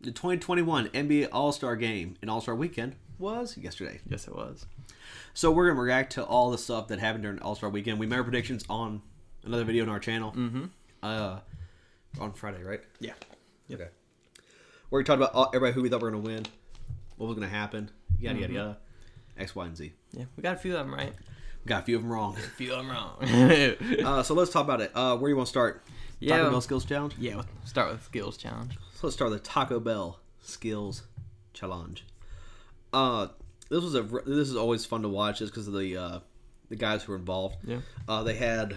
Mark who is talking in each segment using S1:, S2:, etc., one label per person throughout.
S1: the 2021 NBA All Star Game and All Star Weekend was yesterday.
S2: Yes, it was.
S1: So we're gonna react to all the stuff that happened during All Star Weekend. We made our predictions on another video on our channel. Mm-hmm. Uh, on Friday, right?
S2: Yeah. Yep.
S1: Okay. Where we talked about all, everybody who we thought were gonna win, what was gonna happen, yada yada yada, X, Y, and Z.
S2: Yeah, we got a few of them right.
S1: We got a few of them wrong.
S2: A few of them wrong.
S1: uh, so let's talk about it. Uh, where you want to start?
S2: Yeah.
S1: Taco Bell skills challenge.
S2: yeah, we'll start with skills challenge.
S1: So let's start with the Taco Bell skills challenge. Uh, this was a this is always fun to watch just because of the uh, the guys who were involved.
S2: Yeah.
S1: Uh, they had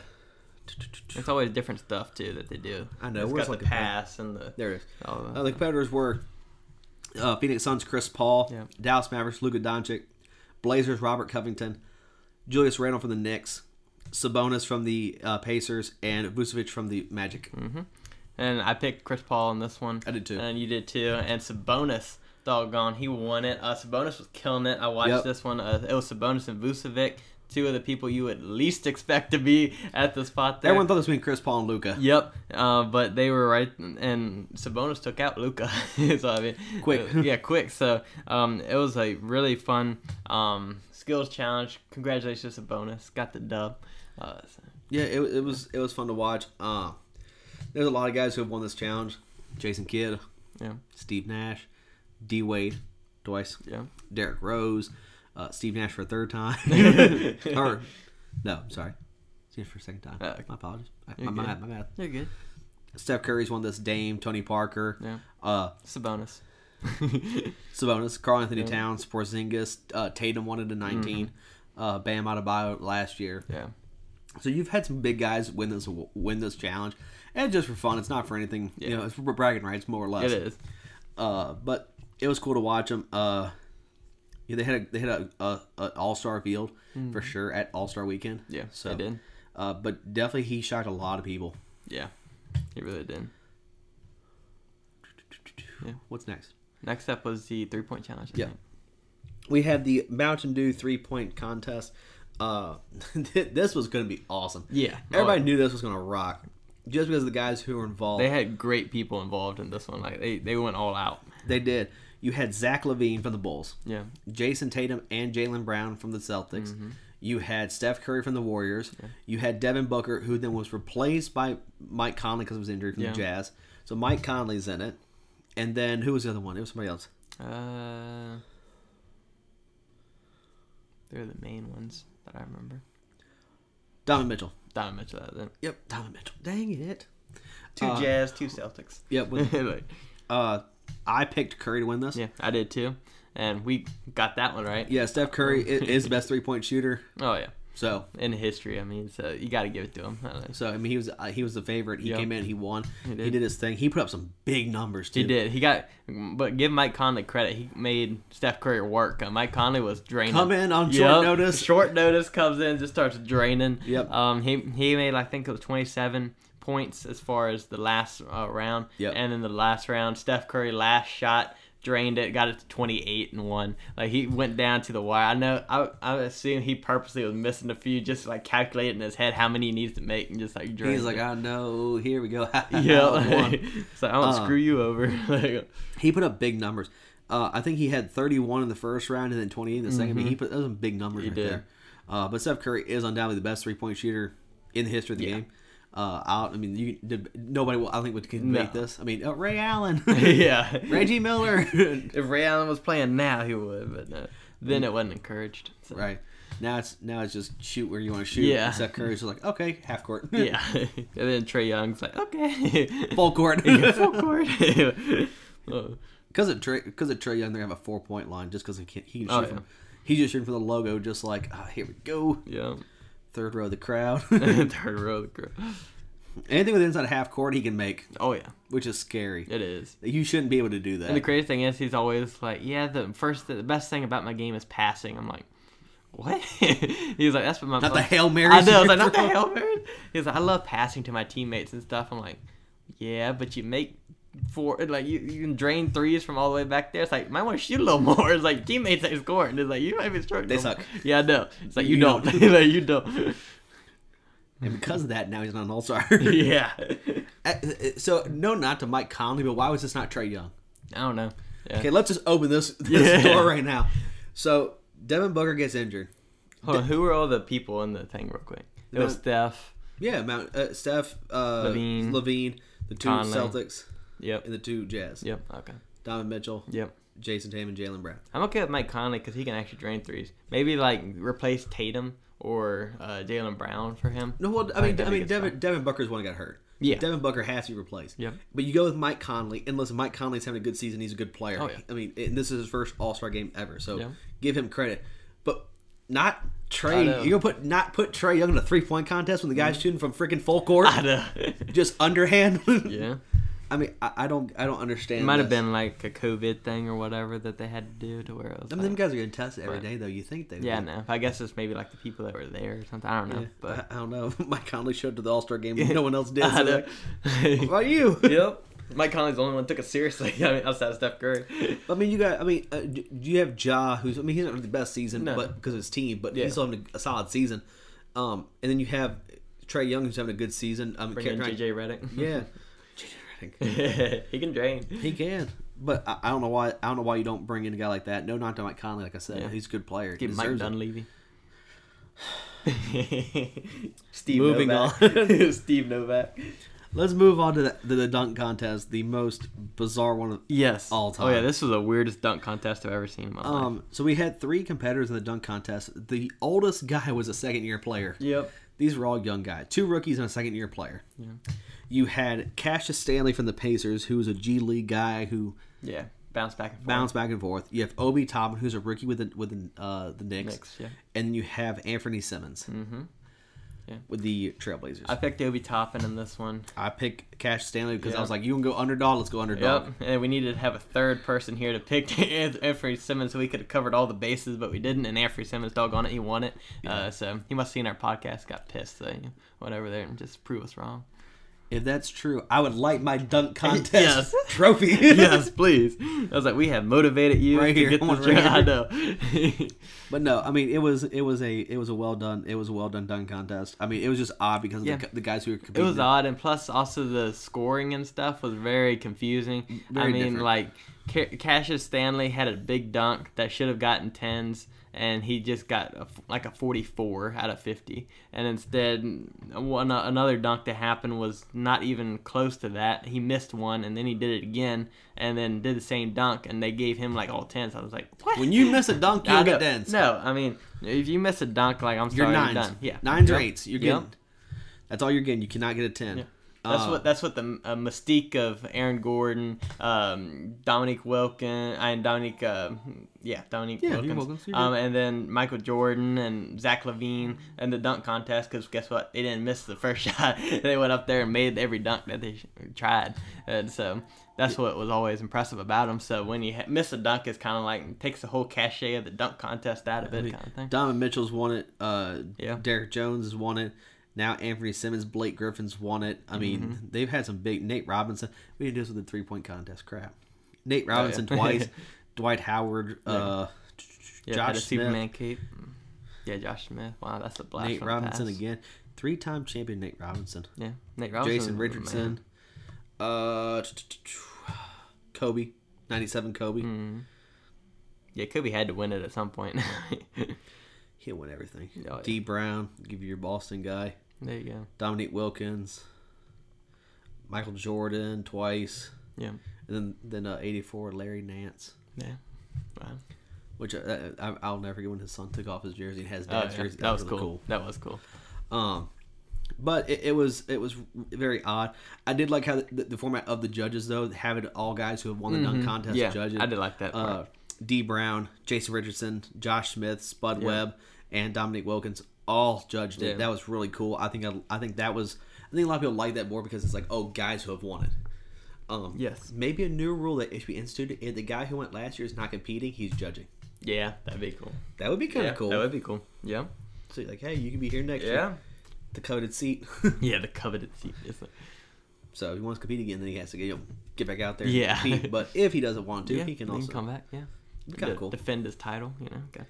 S2: It's always different stuff too that they do.
S1: I know,
S2: It's
S1: we're
S2: got
S1: just
S2: the
S1: looking for-
S2: pass and the
S1: there it is.
S2: all of
S1: Uh,
S2: that.
S1: the competitors were uh, Phoenix Suns Chris Paul,
S2: Yeah.
S1: Dallas Mavericks Luka Doncic, Blazers Robert Covington, Julius Randle from the Knicks, Sabonis from the uh, Pacers, and Vucevic from the Magic.
S2: Mm-hmm. And I picked Chris Paul in this one.
S1: I did too.
S2: And you did too. And Sabonis, doggone, he won it. Uh, Sabonis was killing it. I watched
S1: Yep.
S2: this one. Uh, it was Sabonis and Vucevic, two of the people you would least expect to be at the spot there.
S1: Everyone thought this was between Chris Paul and Luka.
S2: Yep, uh, but they were right, and Sabonis took out Luca. so I mean, uh,
S1: Quick.
S2: yeah, quick. So um, it was a really fun um, skills challenge. Congratulations, Sabonis, got the dub. Uh, so-
S1: Yeah, it, it was it was fun to watch. Uh, there's a lot of guys who have won this challenge: Jason Kidd,
S2: Yeah.
S1: Steve Nash, D Wade, twice,
S2: yeah,
S1: Derek Rose, uh, Steve Nash for a third time, or no, sorry, Steve Nash for a second time.
S2: Uh,
S1: my apologies. I, my,
S2: You're
S1: bad,
S2: good.
S1: my bad.
S2: you're good.
S1: Steph Curry's won this. Dame, Tony Parker,
S2: Yeah,
S1: uh,
S2: Sabonis.
S1: Sabonis, Carl Anthony Towns, Porzingis, uh, Tatum won it in 19.
S2: Mm-hmm.
S1: Uh, Bam Adebayo last year.
S2: yeah,
S1: So you've had some big guys win this win this challenge, and just for fun. It's not for anything. You
S2: Yeah.
S1: know, it's for bragging rights, more or
S2: it
S1: less.
S2: is.
S1: Uh, but it was cool to watch them. Uh, yeah, they had a they had a, a, a all star field for sure at All Star Weekend.
S2: Mm-hmm. Yeah,
S1: so
S2: they did.
S1: Uh, but definitely he shocked a lot of people.
S2: Yeah, he really did. Yeah.
S1: What's next?
S2: Next up was the three point challenge. I
S1: Yeah.
S2: think.
S1: We had the Mountain Dew three point contest. Uh, this was going to be awesome.
S2: Yeah. Oh.
S1: Everybody knew this was going to rock, just because of the guys who were involved.
S2: They had great people involved in this one. Like they, they went all out.
S1: They did. You had Zach Levine from the Bulls,
S2: Yeah.
S1: Jason Tatum and Jalen Brown from the Celtics. You had Steph Curry from the Warriors. You had Devin Booker, who then was replaced by Mike Conley because of his injury from
S2: Yeah.
S1: the Jazz. So Mike Conley's in it. And then who was the other one? It was somebody else.
S2: Uh, they're the main ones that I remember.
S1: Donovan Mitchell.
S2: Donovan Mitchell. That then.
S1: Yep, Donovan Mitchell. Dang it.
S2: Two
S1: Uh,
S2: Jazz, two Celtics.
S1: Yep. with-
S2: Like,
S1: uh, I picked Curry to win this. Yeah,
S2: yeah, I did too, and we got that one right.
S1: Steph Curry i- is the best three point shooter.
S2: Oh yeah,
S1: So
S2: in history, I mean, so you got to give it to him. I don't know.
S1: so I mean he was uh, he was the favorite. He
S2: Yeah.
S1: came in, he won. He did.
S2: did.
S1: his thing. He put up some big numbers too.
S2: He did. He got, but give Mike Conley credit. He made Steph Curry work. Uh, Mike Conley was draining.
S1: Come in on
S2: Yep.
S1: short notice.
S2: Short notice comes in, just starts draining.
S1: Yep.
S2: Um, he he made I think it was 27 points as far as the last uh, round.
S1: Yep.
S2: And in the last round, Steph Curry last shot drained it, got it to 28 and one. Like he went down to the wire. I know. I I assume he purposely was missing a few, just like calculating in his head how many he needs to make and just like drain.
S1: He's like, I know. Here we go.
S2: yeah.
S1: One.
S2: so I won't
S1: Uh,
S2: screw you over. Like,
S1: he put up big numbers. Uh, I think he had 31 in the first round and then 28 in the second. But he put those are some big numbers right
S2: Mm-hmm. did.
S1: there. Uh, but Steph Curry is undoubtedly the best three point shooter in the history of the game. Uh, out. I mean, you did, nobody. Will, I think would can
S2: No.
S1: make this. I mean, uh, Ray Allen,
S2: yeah.
S1: Reggie Miller.
S2: If Ray Allen was playing now, he would, but no. Then it wasn't encouraged. So,
S1: right now, it's now it's just shoot where you want to shoot.
S2: Yeah.
S1: And Steph Curry's just like, okay, half court,
S2: Yeah. and then Trey Young's like, okay.
S1: full court.
S2: Full court. Oh,
S1: Because of Trey, because of Trey Young, they have a four point line just because he can't. He can shoot
S2: Oh, yeah.
S1: from, he's just shooting for the logo, just like ah, here we go,
S2: yeah.
S1: third row of the crowd.
S2: Third row of the group.
S1: Anything with inside half court, he can make,
S2: Oh, yeah.
S1: which is scary.
S2: It is.
S1: You shouldn't be able to do that.
S2: And the crazy thing is, he's always like, yeah, the first, the best thing about my game is passing. I'm like, what? he's like, that's what my
S1: Not the
S2: my-
S1: hail mary.
S2: I know. I was like, not the Hail Mary. He's like, I love passing to my teammates and stuff. I'm like, yeah, but you make four, like, you, you can drain threes from all the way back there. It's like, might want to shoot a little more. It's like, teammates ain't scoring. It's like, you might be scoring.
S1: They
S2: no more.
S1: suck.
S2: Yeah, I know. It's like, you,
S1: You
S2: don't.
S1: don't.
S2: like, you don't.
S1: And because of that, now he's not an Uh, all star.
S2: yeah.
S1: so no, not to Mike Conley, but why was this not Trey Young?
S2: I don't know. Yeah.
S1: Okay, let's just open this, this
S2: Yeah.
S1: door right now. So Devin Booker gets injured.
S2: Hold on, who were all the people in the thing, real quick? It was
S1: The-
S2: Steph.
S1: Yeah, Mount uh, Steph uh,
S2: Levine.
S1: Levine, the two
S2: Conley.
S1: Celtics,
S2: Yep.
S1: and the two Jazz.
S2: Yep. Okay.
S1: Donovan Mitchell,
S2: Yep.
S1: Jason Tatum, and Jalen Brown.
S2: I'm okay with Mike Conley because he can actually drain threes. Maybe like replace Tatum or uh, Jalen Brown for him.
S1: No, well, I
S2: I
S1: mean,
S2: think
S1: I mean,
S2: Devin gets
S1: Devin, Devin Booker's one that got hurt.
S2: Yeah.
S1: Devin Booker has to be replaced.
S2: Yep.
S1: But you go with Mike Conley, and listen, Mike Conley's having a good season. He's a good player.
S2: Oh, yeah.
S1: I mean, and this is his first All Star game ever, so
S2: Yeah.
S1: give him credit. But not Trey.
S2: I know. Mm-hmm.
S1: You're gonna put not put Trey Young in a three point contest when the guy's shooting from freaking full court,
S2: I know.
S1: just underhand.
S2: yeah.
S1: I mean, I, I don't, I don't understand.
S2: It might have
S1: this.
S2: been like a COVID thing or whatever that they had to do to where it was.
S1: I mean, them
S2: like-
S1: guys are gonna test it every
S2: uh, But-
S1: day, though. You think they? would
S2: yeah,
S1: be.
S2: no. I guess it's maybe like the people that were there or something. I don't know.
S1: Yeah.
S2: But
S1: I, I don't know. Mike Conley showed up to the All Star game. but No one else did.
S2: I
S1: So
S2: know.
S1: like, what about you?
S2: yep. Mike Conley's the only one that took it seriously. I mean, outside of Steph Curry.
S1: I mean, you got. I mean, uh, do do you have Ja? Who's? I mean, he's not really the best season,
S2: No.
S1: but because of his team, but
S2: Yeah.
S1: he's still having a, a solid season. Um, and then you have Trey Young, who's having a good season. Um,
S2: Bring in
S1: Karen-
S2: JJ Reddick.
S1: Yeah, JJ Redick.
S2: he can drain.
S1: he can. But I, I don't know why. I don't know why you don't bring in a guy like that. No, not to Mike Conley. Like I said,
S2: Yeah.
S1: he's a good player.
S2: Get Mike
S1: Deserves it.
S2: Dunleavy. Steve
S1: Moving
S2: on. Steve Novak.
S1: Let's move on to the, to the dunk contest, the most bizarre one of
S2: Yes.
S1: All
S2: Oh yeah,
S1: time.
S2: this was the weirdest dunk contest I've ever seen in my life.
S1: Um, so we had three competitors in the dunk contest. The oldest guy was a second year player.
S2: Yep.
S1: These were all young guys, two rookies and a second year player. You had Cassius Stanley from the Pacers, who was a G League guy who
S2: Yeah. Bounce back and forth.
S1: bounced back and forth. You have Obi Toppin, who's a rookie with the with the, uh, the Knicks,
S2: Knicks, yeah.
S1: and you have Anthony Simmons
S2: Yeah.
S1: with the Trailblazers.
S2: I
S1: I,
S2: picked Obi Toppin in this one.
S1: picked Cassius Stanley because
S2: Yeah.
S1: I was like, you can go underdog. Let's go underdog.
S2: Yep. And we needed to have a third person here to pick Anthony Simmons, so we could have covered all the bases, but we didn't. And Anthony Simmons, doggone it, he won it. Uh, so he must have seen our podcast, got pissed, so you know, went over there and just prove us wrong.
S1: If that's true, I would like my dunk contest
S2: Yes.
S1: trophy.
S2: yes, please. I was like, we have motivated you
S1: Right
S2: to
S1: here.
S2: get
S1: I
S2: this
S1: want
S2: job.
S1: it
S2: I
S1: right
S2: know.
S1: But no, I mean it was it was a it was a well done it was a well done dunk contest. I mean it was just odd because
S2: Yeah.
S1: of the, the guys who were
S2: it
S1: competing.
S2: was odd, and plus also the scoring and stuff was very confusing. I
S1: Mm, Very
S2: mean,
S1: different.
S2: like Ca- Cassius Stanley had a big dunk that should have gotten tens, and he just got a f like a forty-four out of fifty. And instead, one uh, another dunk that happened was not even close to that. He missed one, and then he did it again, and then did the same dunk, and they gave him like all tens. I was like, what?
S1: When you miss a dunk,
S2: I
S1: you'll
S2: know.
S1: get dens.
S2: No, I mean, if you miss a dunk, like I'm
S1: You're
S2: sorry,
S1: nines.
S2: you're done. Yeah,
S1: Nines or
S2: Yep.
S1: eights. You're
S2: Yep.
S1: getting. That's all you're getting. You cannot get a ten.
S2: That's
S1: Uh,
S2: what that's what the uh, mystique of Aaron Gordon, um, Dominic Wilkins, and Dominic, uh, yeah, Dominic
S1: Yeah, you're
S2: Wilkins,
S1: welcome. You're
S2: um, and then Michael Jordan and Zach Levine and the dunk contest. Because guess what, they didn't miss the first shot. they went up there and made every dunk that they sh- tried, and so that's what was always impressive about them. So when you ha- miss a dunk, it's kind of like takes the whole cachet of the dunk contest out of it, kind of thing.
S1: Donovan Mitchell's won it. Uh,
S2: Yeah.
S1: Derek Jones has won it. Now Anthony Simmons, Blake Griffin's won it. I mean,
S2: Mm-hmm.
S1: they've had some big. Nate Robinson. We didn't do this with the three point contest. Crap.
S2: Oh,
S1: Nate Robinson twice. Dwight Howard. Uh,
S2: Yeah, had a
S1: Josh Smith.
S2: Superman cape. Yeah, Josh Smith. Wow, that's a blast.
S1: Nate
S2: from the
S1: Robinson
S2: past.
S1: again. Three time champion Nate Robinson.
S2: Yeah, Nate Robinson.
S1: Jason
S2: was the man.
S1: Richardson. Uh, t- t- t- Kobe. 97 Kobe.
S2: Hmm. Mm-hmm. Yeah, Kobe had to win it at some point.
S1: He'll win everything.
S2: Oh, yeah.
S1: D Brown. Give you your Boston guy.
S2: there you go.
S1: Dominique Wilkins. Michael Jordan twice.
S2: Yeah,
S1: And then, then uh, 84, Larry Nance.
S2: yeah. Wow.
S1: Which uh, I, I'll never get when his son took off his jersey and has
S2: Oh,
S1: dad's
S2: yeah,
S1: jersey.
S2: That was
S1: really
S2: cool. That was cool.
S1: Um, but it, it was it was very odd. I did like how the, the format of the judges though having all guys who have won the
S2: Mm-hmm.
S1: dunk contest
S2: Yeah,
S1: judges.
S2: I did like that part.
S1: Uh, D Brown, Jason Richardson, Josh Smith, Spud Webb, and Dominique Wilkins all judged it.
S2: Yeah.
S1: That was really cool. I think I, I think that was I think a lot of people like that more because it's like oh guys who have won it. Um,
S2: Yes.
S1: Maybe a new rule that if we instituted if the guy who went last year is not competing, he's judging.
S2: Yeah, that'd be cool.
S1: That would be kind
S2: yeah,
S1: of cool.
S2: That would be cool. Yeah.
S1: So you're like, hey, you can be here next year. The coveted seat.
S2: Yeah, the coveted seat. Isn't it?
S1: So if he wants to compete again, then he has to get, you know, get back out there. and
S2: Yeah.
S1: compete. But if he doesn't want to,
S2: yeah,
S1: he can
S2: then
S1: also
S2: come back. Yeah.
S1: kinda
S2: De-
S1: cool.
S2: Defend his title. You know. Got.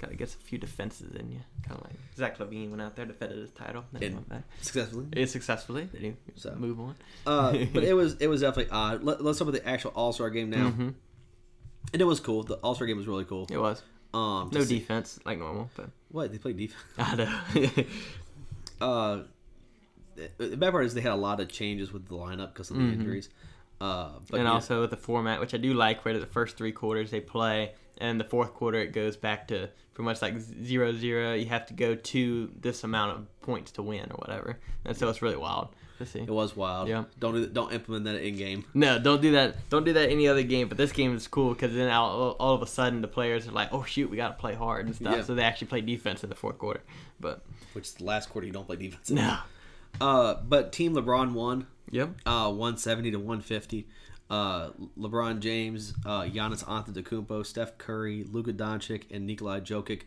S2: Kind of gets a few defenses in you. Kind of like Zach Levine went out there, defended his title, then he
S1: And-
S2: went back.
S1: successfully.
S2: It successfully. Then he
S1: So.
S2: move on.
S1: Uh, but it was it was definitely odd. Let, let's talk about the actual All Star game now,
S2: hmm
S1: and it was cool. The All Star game was really cool.
S2: It was
S1: Um, to
S2: no
S1: see-
S2: defense like normal, but
S1: What they played defense.
S2: I know.
S1: Uh, the the bad part is they had a lot of changes with the lineup because of the
S2: Mhm.
S1: injuries. Uh, but
S2: and
S1: yeah,
S2: also with the format, which I do like, where the first three quarters they play, and the fourth quarter it goes back to pretty much like zero zero. You have to go to this amount of points to win or whatever, and so it's really wild to see.
S1: it was wild.
S2: Yeah.
S1: Don't do, don't implement that in game.
S2: No, don't do that. Don't do that any other game. But this game is cool because then all, all of a sudden the players are like, "Oh shoot, we got to play hard and stuff."
S1: Yeah.
S2: So they actually play defense in the fourth quarter. But
S1: Which is the last quarter you don't play defense. in.
S2: no,
S1: Uh, but Team LeBron won.
S2: yep,
S1: Uh, one seventy to one fifty. Uh, LeBron James, uh, Giannis Antetokounmpo, Steph Curry, Luka Doncic, and Nikolai Jokic.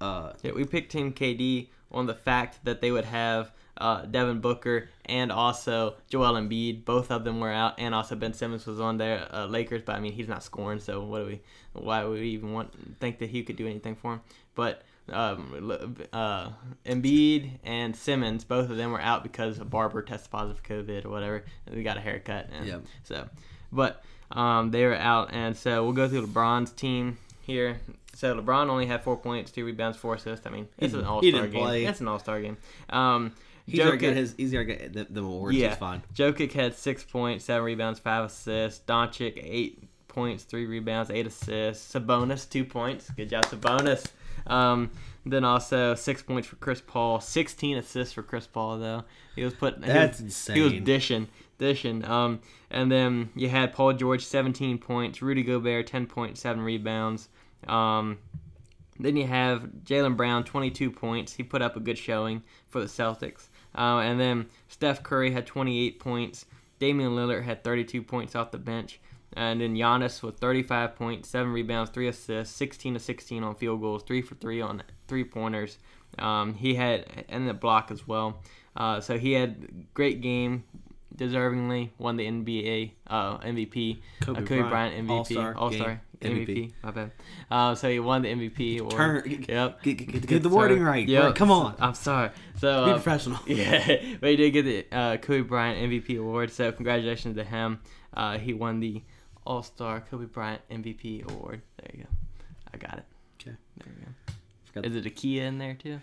S1: Uh,
S2: yeah. We picked Team KD on the fact that they would have uh, Devin Booker and also Joel Embiid. Both of them were out, and also Ben Simmons was on there. Uh, Lakers, but I mean he's not scoring, so what do we? Why would we even want think that he could do anything for him? But um, uh, Embiid and Simmons, both of them were out because a barber tested positive for COVID or whatever. And we got a haircut. And
S1: Yep.
S2: So, but um, they were out, and so we'll go through LeBron's team here. So LeBron only had four points, two rebounds, four assists. I mean, it's an
S1: didn't-
S2: All
S1: he
S2: Star
S1: didn't
S2: game.
S1: play.
S2: It's an All Star game. Um,
S1: he's already
S2: Jokic-
S1: got his. He's already got the, the awards.
S2: yeah.
S1: He's fine.
S2: Jokic had six points, seven rebounds, five assists. Doncic eight points, three rebounds, eight assists. Sabonis two points. Good job, Sabonis. Um, then also six points for Chris Paul, sixteen assists for Chris Paul though. He was putting he was-
S1: That's
S2: He was
S1: insane.
S2: dishing, dishing. Um, and then you had Paul George seventeen points, Rudy Gobert ten points, seven rebounds. Um, then you have Jalen Brown, 22 points. He put up a good showing for the Celtics. Uh, and then Steph Curry had 28 points. Damian Lillard had 32 points off the bench. And then Giannis with 35 points, 7 rebounds, 3 assists, 16 to 16 on field goals, 3 for 3 on three pointers. Um, he had, and the block as well. Uh, so he had great game, deservingly won the NBA uh, MVP.
S1: Kobe
S2: uh, Kobe
S1: Bryant,
S2: Bryant, MVP,
S1: All-Star
S2: All Star
S1: game,
S2: MVP.
S1: MVP.
S2: My bad. Uh, so he won the MVP. Award.
S1: Turn- get-
S2: Yep.
S1: Get, get, get,
S2: Good
S1: the wording
S2: start.
S1: right.
S2: Yep.
S1: Right, Come on.
S2: I'm sorry. So
S1: Be
S2: uh,
S1: professional.
S2: yeah, but he did get the uh, Kobe Bryant MVP award. So congratulations to him. Uh, he won the All Star Kobe Bryant MVP award. There you go. I got it.
S1: Okay.
S2: There you
S1: Forgot-
S2: go. Is it a Kia in there too?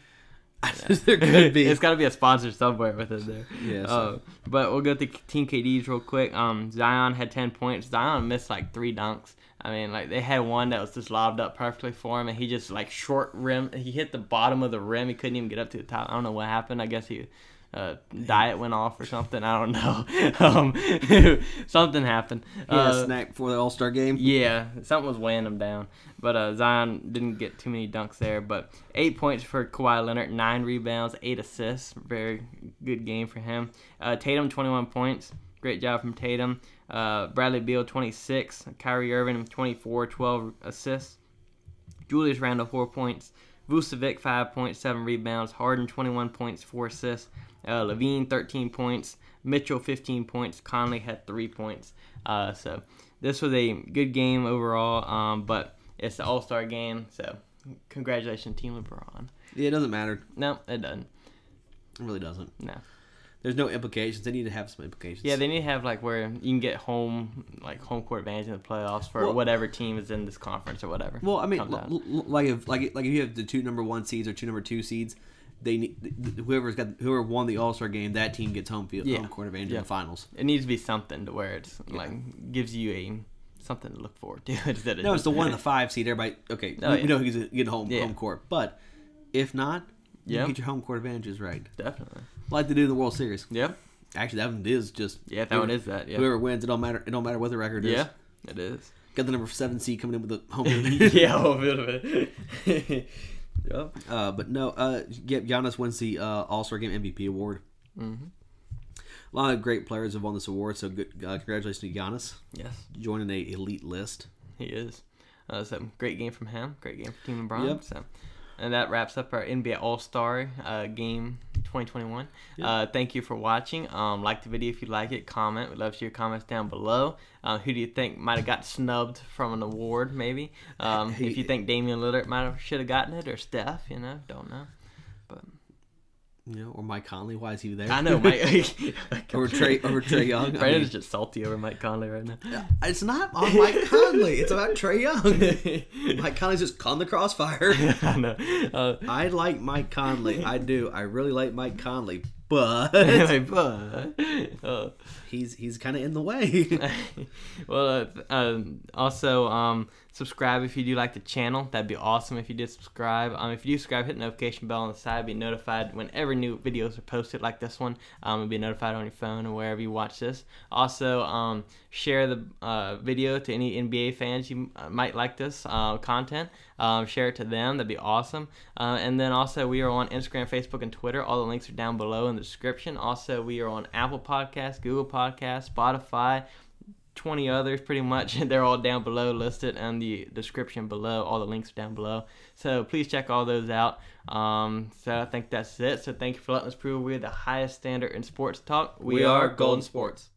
S1: there could be.
S2: it's got to be a sponsor somewhere with it there.
S1: Yeah, so-
S2: Uh, but we'll go to Team KDs real quick. Um, Zion had 10 points. Zion missed like three dunks. I mean, like they had one that was just lobbed up perfectly for him, and he just like short rim. He hit the bottom of the rim. He couldn't even get up to the top. I don't know what happened. I guess he. Uh, diet went off or something. I don't know. um, something happened.
S1: He had
S2: Uh,
S1: a snack before the All Star game.
S2: yeah, something was weighing him down. But uh, Zion didn't get too many dunks there. But eight points for Kawhi Leonard, nine rebounds, eight assists. Very good game for him. Uh, Tatum, 21 points. Great job from Tatum. Uh, Bradley Beal, 26. Kyrie Irving, 24, 12 assists. Julius Randle, four points. Vucevic, five points, seven rebounds. Harden, 21 points, four assists. Uh, Levine, 13 points. Mitchell, 15 points. Conley had three points. Uh, so this was a good game overall, um, but it's the All Star game. So congratulations, Team LeBron.
S1: Yeah, it doesn't matter.
S2: No, it doesn't.
S1: It really doesn't.
S2: No.
S1: There's no implications. They need to have some implications.
S2: Yeah, they need to have like where you can get home, like home court advantage in the playoffs for
S1: Well-
S2: whatever team is in this conference or whatever.
S1: Well, I mean,
S2: Comes
S1: l-
S2: out.
S1: l- l- like if like like if you have the two number one seeds or two number two seeds, they need th- th- whoever's got whoever won the All Star game, that team gets home field
S2: Yeah.
S1: home court advantage in
S2: Yeah.
S1: the finals.
S2: It needs to be something to where it's like gives you a something to look forward to. instead of
S1: No, it's
S2: just-
S1: the one and the five seed. Everybody, okay,
S2: Oh,
S1: we,
S2: yeah.
S1: we know who's getting home
S2: Yeah.
S1: home court, but if not,
S2: Yeah.
S1: you get your home court advantages right,
S2: Definitely.
S1: like they do in the World Series.
S2: Yep.
S1: Actually, that one is just
S2: Yeah, that one is that. Yeah.
S1: whoever wins. It don't matter. It don't matter what the record is.
S2: yeah. It is.
S1: got the number seven seed coming in with the home. field.
S2: yeah, a bit of it. yep.
S1: Uh, but no, uh, yeah, Giannis wins the uh, All Star Game MVP award.
S2: Mhm.
S1: A lot of great players have won this award, so good. Uh, congratulations to Giannis
S2: Yes,
S1: joining a elite list.
S2: he is. Uh, so great game from him. Great game from Team LeBron.
S1: Yep.
S2: So, and that wraps up our NBA All Star uh, game 2021. Uh, thank you for watching. Um, like the video if you like it. Comment. We'd love to see your comments down below. Uh, who do you think might have got snubbed from an award? Maybe. Um,
S1: Hey.
S2: if you think Damian Lillard might have should have gotten it or Steph, you know, don't know. But
S1: You know, or Mike Conley. Why is he there?
S2: I know Mike.
S1: Or Trae- or Trae Young, I mean-
S2: Brandon's just salty over Mike Conley right now.
S1: It's not on Mike Conley. It's about Trey Young. Mike Conley's just caught in the crossfire.
S2: I know. Uh,
S1: I like Mike Conley. I do. I really like Mike Conley, but
S2: anyway, but, uh,
S1: he's he's kind of in the way.
S2: well, uh, th- um, also um, subscribe if you do like the channel. That'd be awesome if you did subscribe. Um, if you do subscribe, hit the notification bell on the side, be notified whenever new videos are posted, like this one. Um, you'll be notified on your phone or wherever you watch this. Also, um, share the uh, video to any NBA fans you uh, might like this uh, content. Um, share it to them. That'd be awesome. Uh, and then also, we are on Instagram, Facebook, and Twitter. All the links are down below in the description. Also, we are on Apple Podcasts, Google Podcasts, Spotify. 20 others pretty much they're all down below listed in the description below all the links are down below so please check all those out um, so i think that's it so thank you for letting us prove we're the highest standard in sports talk
S1: We are Golden Sports.